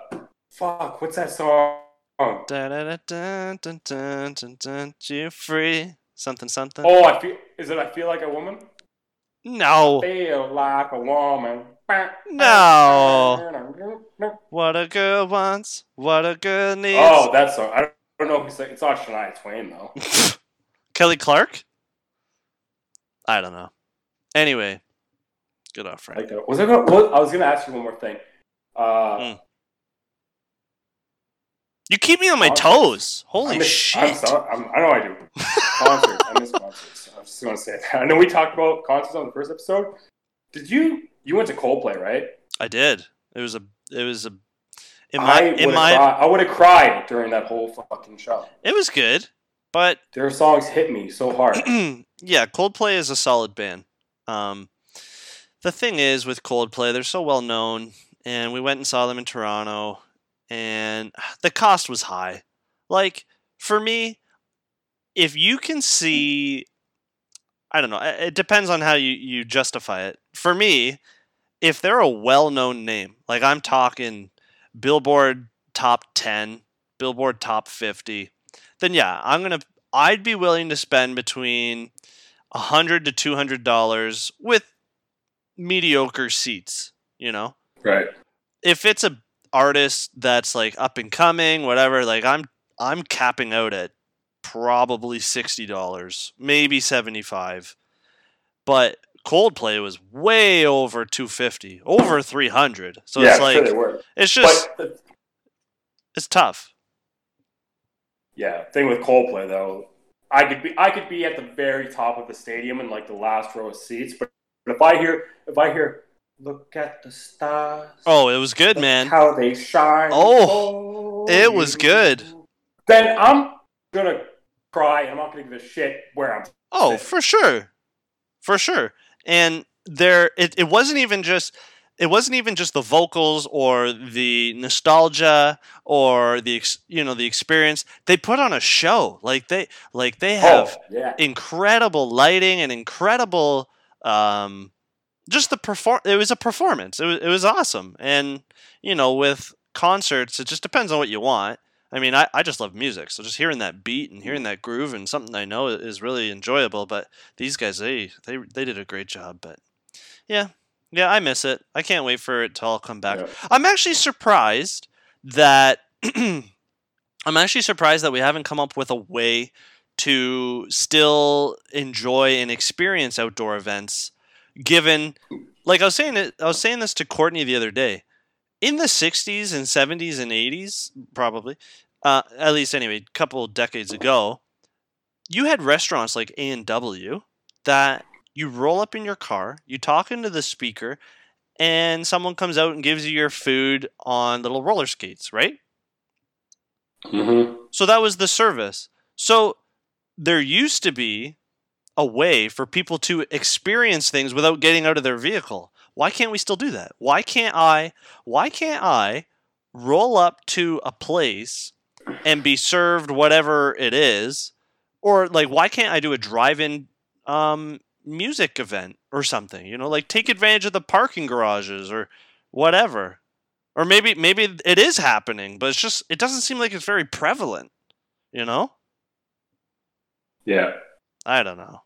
S1: fuck, what's that song? Oh,
S2: Da, da, da, dun, dun, dun, dun, dun, you free. Something, something.
S1: I feel is it I feel like a woman?
S2: No.
S1: Feel like a woman.
S2: No. What a girl wants, what a girl needs.
S1: Oh, that's song. I don't- I don't know if it's, it's not Shania Twain though.
S2: Kelly Clark? I don't know. Anyway, good off,
S1: I
S2: right?
S1: like that. Was I gonna? Was, I was gonna ask you one more thing. Uh,
S2: Mm. You keep me on my
S1: Concerts.
S2: toes. Holy
S1: I miss- I'm
S2: shit.
S1: sorry. I'm, I know I do. Concerts. I miss concerts. I just want to say that. I know we talked about concerts on the first episode. Did you? You went to Coldplay, right?
S2: I did. It was a, it was a, in
S1: I
S2: my, in
S1: would've
S2: my,
S1: cri- I would have cried during that whole fucking show.
S2: it was good, but
S1: Their songs hit me so hard.
S2: yeah, Coldplay is a solid band. Um, the thing is with Coldplay, they're so well known, and we went and saw them in Toronto, and the cost was high. Like for me, if you can see, I don't know. it- It depends on how you you justify it. For me, if they're a well-known name, like I'm talking Billboard top 10, Billboard top 50, then yeah, I'm going to I'd be willing to spend between 100 to 200 dollars with mediocre seats, you know?
S1: Right.
S2: If it's a artist that's like up and coming, whatever, like I'm I'm capping out at probably $60, maybe 75. But Coldplay was way over 250, over 300. So
S1: yeah,
S2: it's like
S1: sure they were.
S2: it's just
S1: But the-
S2: it's tough.
S1: yeah, thing with Coldplay though, I could be I could be at the very top of the stadium in like the last row of seats, but if I hear if I hear look at the stars,
S2: Oh, it was good,
S1: look
S2: man.
S1: how they shine.
S2: Oh,
S1: for
S2: it was
S1: you."
S2: good.
S1: Then I'm gonna cry. and I'm not gonna give a shit where I'm.
S2: Oh,
S1: fit.
S2: for sure, for sure. And there, it, it wasn't even just it wasn't even just the vocals or the nostalgia or the ex, you know the experience. They put on a show like they like they have
S1: Oh, yeah.
S2: incredible lighting and incredible um just the perform it was a performance it was, it was awesome and you know with concerts it just depends on what you want i mean I, I just love music so just hearing that beat and hearing that groove and something i know is really enjoyable but these guys they they, they did a great job but yeah yeah i miss it i can't wait for it to all come back
S1: Yeah.
S2: i'm actually surprised that i'm actually surprised that we haven't come up with a way to still enjoy and experience outdoor events given like I was saying it, I was saying this to Courtney the other day in the 60s and 70s and 80s probably uh, at least anyway a couple decades ago you had restaurants like A&W that you roll up in your car you talk into the speaker and someone comes out and gives you your food on little roller skates right
S1: Mm-hmm.
S2: so that was the service. So there used to be a way for people to experience things without getting out of their vehicle. Why can't we still do that? Why can't I why can't I roll up to a place and be served whatever it is or like why can't I do a drive-in um music event or something, you know, like take advantage of the parking garages or whatever or maybe maybe it is happening but it's just it doesn't seem like it's very prevalent you know
S1: Yeah.
S2: i don't know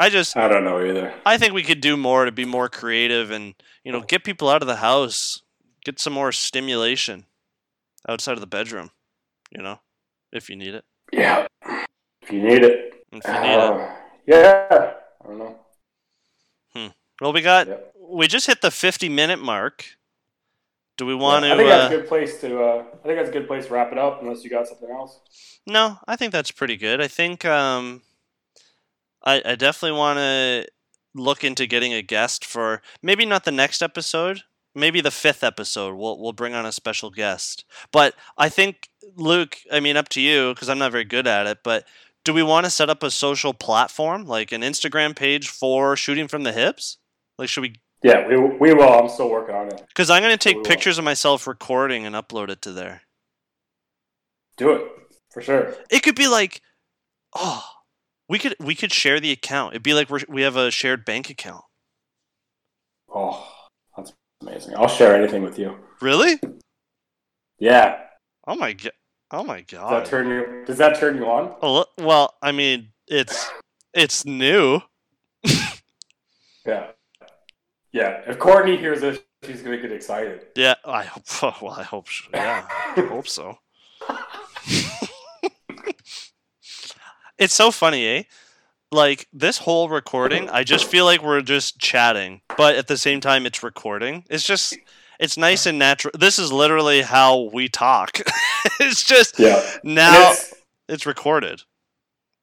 S2: i just
S1: I don't know either.
S2: i think we could do more to be more creative and you know get people out of the house get some more stimulation outside of the bedroom you know if you need it
S1: Yeah. If you need it.
S2: if you need it
S1: Uh, Yeah. I don't know.
S2: well we got
S1: Yeah.
S2: we just hit the 50 minute mark do we want
S1: I
S2: to
S1: think that's a
S2: uh,
S1: good place to. Uh, I think that's a good place to wrap it up, unless you got something else.
S2: No, I think that's pretty good. I think um, I, I definitely want to look into getting a guest for maybe not the next episode, maybe the fifth episode. We'll we'll bring on a special guest. But I think Luke, I mean, up to you because I'm not very good at it. But do we want to set up a social platform like an Instagram page for shooting from the hips? Like, should we?
S1: Yeah, we we will. I'm still working on it.
S2: Because I'm going to
S1: We
S2: take
S1: will.
S2: pictures of myself recording and upload it to there.
S1: Do it for sure.
S2: It could be like, oh, we could we could share the account. It'd be like we're, we have a shared bank account.
S1: Oh, that's amazing. I'll share anything with you.
S2: Really?
S1: Yeah.
S2: Oh my god! Oh my
S1: Does that
S2: god!
S1: turn you? Does that turn you on?
S2: Oh, well, I mean, it's it's new.
S1: Yeah. Yeah. If Courtney hears this, she's gonna get excited.
S2: Yeah, I hope. Well, I hope. so. Yeah, I hope so. it's so funny, eh? Like this whole recording, I just feel like we're just chatting, but at the same time, it's recording. It's just, it's nice and natural. This is literally how we talk. it's just
S1: Yeah. And
S2: now
S1: it's-
S2: it's recorded.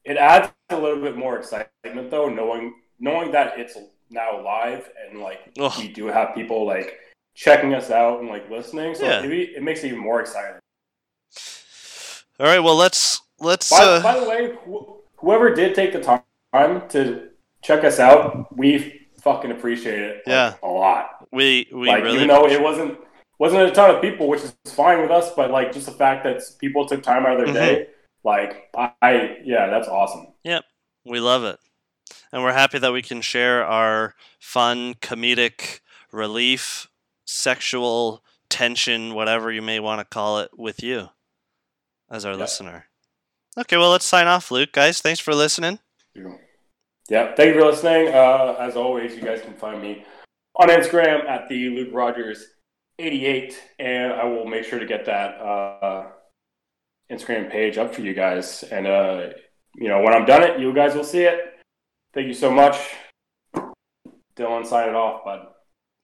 S1: it adds a little bit more excitement though, knowing knowing that it's now live and like
S2: Ugh.
S1: we do have people like checking us out and like listening. So
S2: Yeah.
S1: maybe it makes it even more exciting.
S2: All right, well let's let's.
S1: By,
S2: uh,
S1: by the way, wh- whoever did take the ti- time to check us out, we fucking appreciate it. like,
S2: Yeah.
S1: a lot.
S2: we we
S1: like
S2: really
S1: even though it wasn't wasn't a ton of people, which is fine with us. But like just the fact that people took time out of their
S2: Mhm.
S1: day, like I, I yeah, that's awesome.
S2: We love it. And we're happy that we can share our fun, comedic, relief, sexual tension, whatever you may want to call it, with you as our
S1: Yeah.
S2: listener. Okay, well, let's sign off, Luke. Guys, thanks for listening.
S1: Yeah, thank you for listening. Uh, as always, you guys can find me on Instagram at the Luke Rogers eighty eight, and I will make sure to get that uh, Instagram page up for you guys. And uh, you know, when I'm done it, you guys will see it. Thank you so much, Dylan. Sign it off, bud.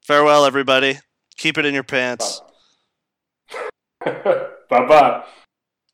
S2: Farewell, everybody. Keep it in your pants.
S1: Bye bye.